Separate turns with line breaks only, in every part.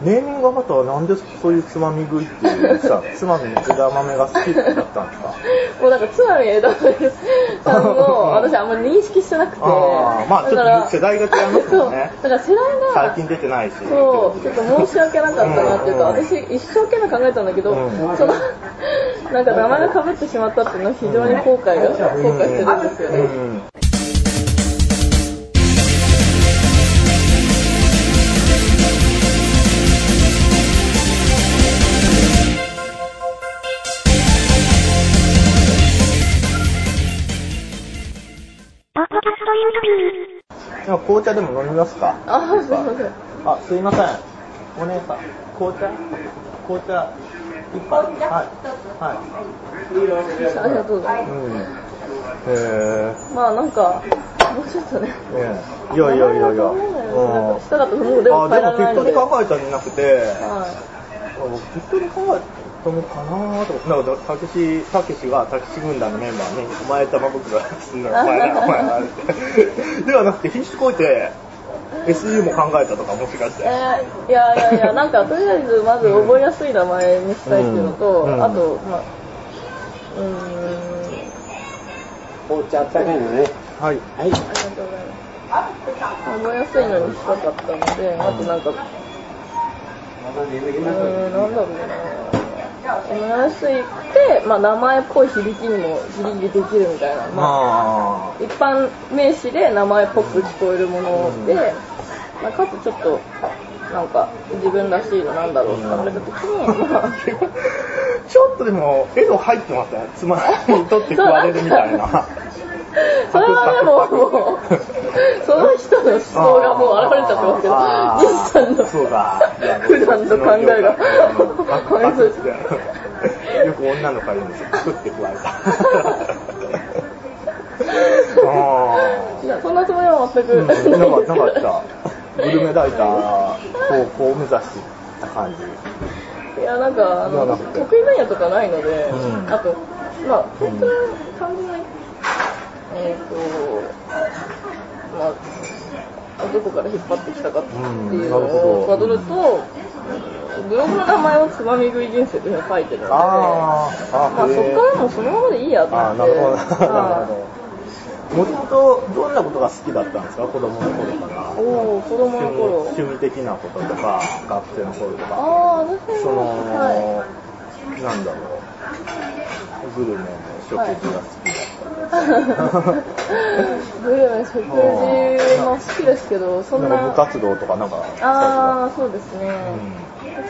ネーミングがまたなんでそういうつまみ食いっていうさ、つまみに枝豆が好きだったんですか
もうなんか、つまみ枝豆さんの、私あんまり認識してなくて。
あーまあ
だから
ちょっと世代が違いますもんね
そうだから世代が、
最近出てないし。
そう、ちょっと申し訳なかったなっていうか、
うんうん
私一生懸命考えたんだけど、
うん
その、 なんか名前が被ってしまったっていうのは非常に後悔が、後悔してるんですよね。
うん今紅茶でも飲みますか
あー、すいません。
あ、すいません。お姉さん、紅茶紅茶一杯はい。は
ありがとうござい
い。
ま
うん。へ
す。まあなんか、もうちょっとね。
え。ねえいやいやいやいや。
名前がどうな
うん
のなんかしたかったもうでも
あ、でも
変えられ
適
な
当に考え
いんで
たんじゃなくて、
は
あ僕適当に考えたのかなと思って、なんか、たけし、たけしが、たけし軍団のメンバーに、お前玉袋がすんなら、お前ら、お前らって。ではなくて、品種こいて、SU も考えたとか、もしかし
い。
て。
えー、いやいやいや、なんかとりあえずまず覚えやすい名前にしたいっていうのと、
うんうん
あと、まあ、うーん、
紅茶あったかいのね。
は
は
い。
い。
ありがとうございます。覚えやすいのにしたかったので、あとなんか、う
また眠
ー
り
ん、
ましょう。
なんだろうな。覚えやすいって、まあ名前っぽい響きにもギリギリできるみたいな。まあ、
まあ、
一般名詞で名前っぽく聞こえるもので、
うん
まあ、かつちょっと、なんか自分らしいのなんだろうって考えた時に、まあ、
ちょっとでも、エロ入ってませんつまみに取って食われるみたいな。
それはね、もう、もう、その人の思想がもう現れちゃってますけど、
あー
ジンさんの
そうだいや
普段の考えが
うんバ、ク
かわい
バ
そ
ク
う
っ。てよく女の子が言うんですよ。食って食われた。あ
いや、そんなつもりは全く
ーうん、なかった、なかった。グルメライター
い
方向を目指してた感じ。
や、なんか、あの
いやなくて
得意分野とかないので、
うん
あと、まあ、
うん
本当は単純に、えっ、と、まあ、どこから引っ張ってきたかっていうのを
う
た
ん
どると、ブログの名前をつまみ食い人生というふうに書いてるので、
あーあ
まあ、
へ
そ
ー
こからもそのままでいいやと思
あ
っ
ー
て。
なるほど。な
は
る
い
ほど。 もともとどんなことが好きだったんですか、子供の頃から。
おお子供の頃
趣味趣味的なこととか、学生の頃とか。
ああー私
その、
は
なんだろう。グルメの食事が好きだったとか。
いグルメ食事も好きですけどそ
な
ん
んか部
な
活動とかなんか。
ああそうですね、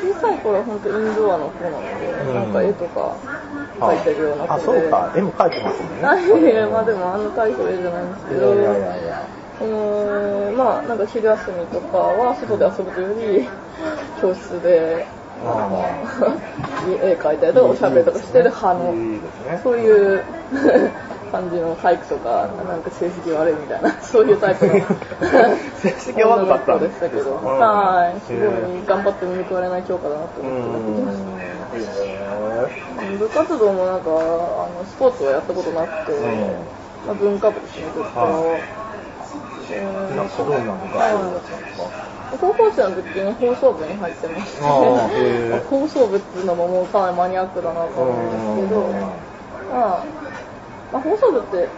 う
小さい頃は本当インドアの子なので、
うん
なんか絵とか
んは
描いてるような
あ、
子
そう
で、
か。絵も描いてますもんね。
いやいやまあでもあの大した絵じゃないんです
い
けど
やいやいやいや。
うーんまあなんか昼休みとかは外で遊ぶというより教室でなんか絵描いたりとかおしゃべりとかしてる派の
いいですね。
そういう 感じの体育とか、なんか成績悪いみたいな、 そういうタイプ の
成績悪かったん
女の
で
子ですし
か
たけど、
うん
はい、すご
へ
い頑張って報われない教科だなと
う
思って
ん。へ
ました。部活動もなんか、あのスポーツはやったことなくて、
ーうん
まあ、文化部ですね、ずっと。
は
うん
なんかどうなのか。
高校生の時に放送部に入ってまして、
あーへー
まあ放送部っていうのももうかなりマニアックだなと思うんですけど、まあ、まあ、放送部って、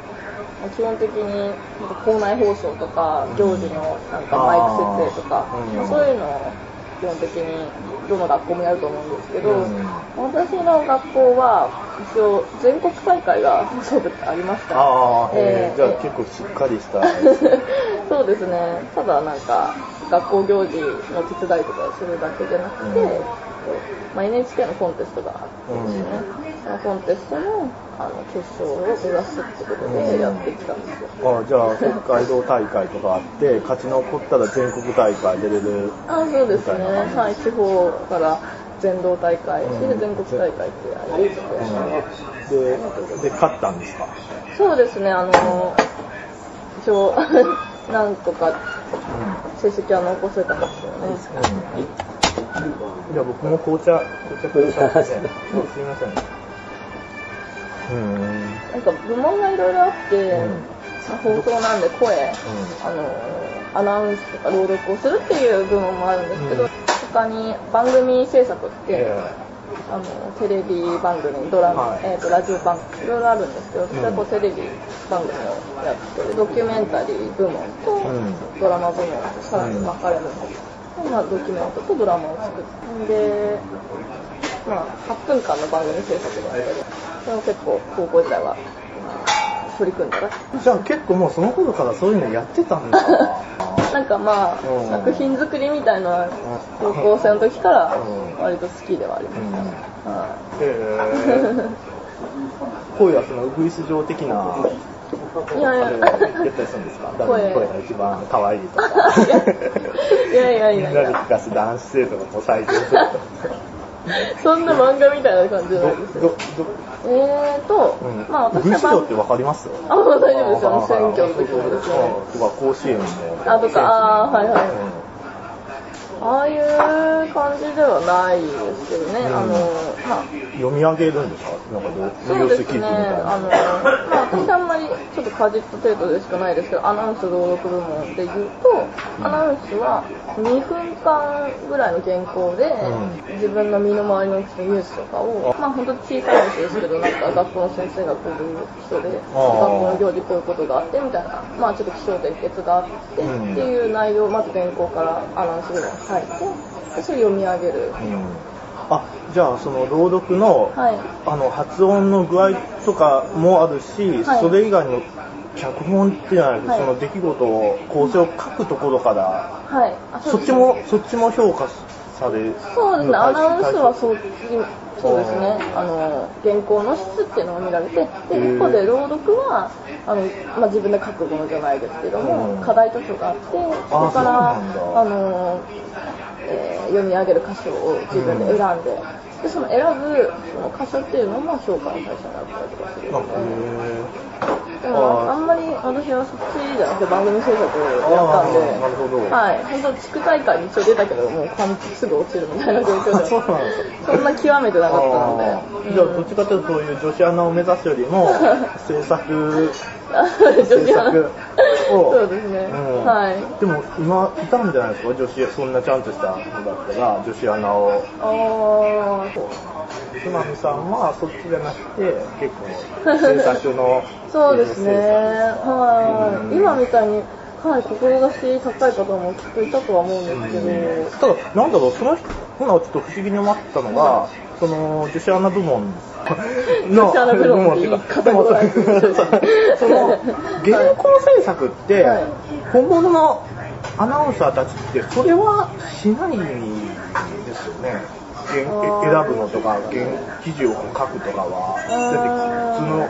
まあ基本的になんか校内放送とか、行事のなんかマイク設定とか、
あー
まあそういうのを基本的にどの学校もやると思うんですけど、
うん
私の学校は一応全国大会が放送部ってありました。
ああ、へえ、
えー
じゃあ結構しっかりした。
そうですね、ただなんか、学校行事の手伝いとかするだけじゃなくて、
うん
まあ、NHK のコンテストがあってですね、そのコンテストのあの決勝を目指すってことでやってきたんですよ。
ああじゃあ北海道大会とかあって勝ち残ったら全国大会出れる
あそうですね、
みたいな感じ
はい、地方から全道大会、それ
う
で
ん
全国大会ってやりまして、
うんでで勝ったんですか
そうですね、あの、一応、 なんとか成績は残せたんですよね。
じゃあ僕も紅茶紅茶くださいねそうすいませんうんうん
なんか部門がいろいろあって、
うん
まあ放送なんで声、あのアナウンスとか朗読をするっていう部門もあるんですけど、他に番組制作って、
え
あのテレビ番組、ドラマ、
はい
えー、とラジオ番組、いろいろあるんですけど、それはこう
うん
テレビ番組をやってる、ドキュメンタリー部門と、
うん
ドラマ部門と、さらに分かれるので、まあ、ドキュメントとドラマを作って、で、まあ、8分間の番組制作なんですけど、それも結構、高校時代は、まあ取り組んだな。
じゃあ結構もうその頃からそういうのやってたんだ
なんかまあ
うん、
作品作りみたいなのは
う
高
ん
校生の時から
うん
割と好きではありました
うん
ね。はい
へ え声はそのウグイス状的なあ
いやいや
れをやったりするんですか誰の声が一番可愛いとか
いやいやいやいや
みんなで聞かす男子生徒がこう採点 するとか
そんな漫画みたいな感じじゃないです
ど
よ。
どど
えーと、
うん
まあ
ウ
私
グイ
は
ス状
番
ってわかります
あ、もう大丈夫ですよ。あの選挙の時
も
もですね。
とか甲子園で
あとかあーはいはいああいう感じではないですけどね。
うん
あの、まあ、
うん読み上げるんですかなんかどう
そうですね。
無料席
あの、まあ私あんまりちょっとかじった程度でしかないですけど、アナウンス朗読部門で言うと、アナウンスは2分間ぐらいの原稿で、
う
自分の身の回りのニュースとかを、まあ本当小さい話ですけど、なんか学校の先生がこういう人で、学校の行事こういうことがあってみたいな、まあちょっと気象点結があってって
うん
いう内容をまず原稿からアナウンスぐらい書いて、でそれ読み上げる。
うんあじゃあその朗読の、
はい。
あの発音の具合とかもあるし、
はい
それ以外の脚本っていうのは、
はい
その出来事を構成を書くところから、
はい。あ
そっちもそっちも評価される
そうですね、アナウンスはそっち、そうですね
う、ん
あの、原稿の質っていうのを見られて、で、
うん
一方で朗読は、あの、まあ、自分で書くものじゃないですけども、
うん
課題図書があって、そこ
そうなん
から、
だ
あの、えー読み上げる箇所を自分で選んで、で、その選ぶその箇所っていうのも評価の対象になったりとかする
あへ
でも
あー
あんまり私はそっちじゃなくて番組制作をやったんで
あーなるほど
はい、本当地区大会に一応出たけどもう完璧すぐ落ちるみたいな状況で
そうなんです
そんな極めてなかったので、
じゃあ どっちかというとそういう女子アナを目指すよりも制作制作を
そうですね、
うん
はい
でも今いたんじゃないですか女子そんなちゃんとしたのだったら女子アナを
ああ
つまみさんはそっちじゃなくて結構制作の
そうですね。
制作
は
う
い。
ん
今みたいに、はい、志高い方もきっといたとは思うんですけど、
ただ、なんだろう、その人、ほなちょっと不思議に思ったのが、その、女子アナ部門の、
女子アナ部門っ
部
て言い
門
方が悪い
でもそうその、原稿制作って
はい、
本物のアナウンサーたちって、それはしないんですよね。原え
あー
選ぶのとか、原記事を書くとか
あー
は、だって普通の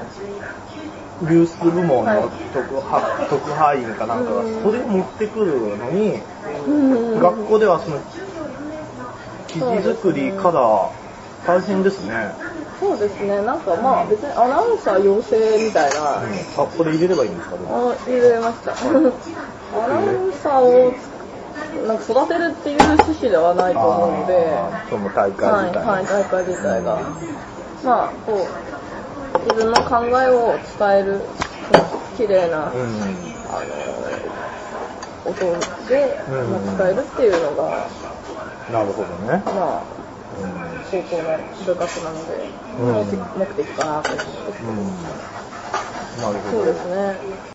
ニュース部門
はい
の特派特派員かなんかが、
うん
それを持ってくるのに、
うん
学校ではその生地作りから大変ですね。
そうですね。なんかまあ別にアナウンサー養成みたいな、
あ、これ入れればいいんですかね。
あ入れました。アナウンサーをなんか育てるっていう趣旨ではないと思うので、
あーその大会みたいな。
はい、はい、大会自体が。まあ、こう、自分の考えを伝える、綺麗な、
うん。
あの、音
う
で、
ん
まあ、使えるっていうのが、
なるほどね。
まあ、高校の部活なので、
うん
目的かなと思って。
うん。うん。なるほど。
そうですね。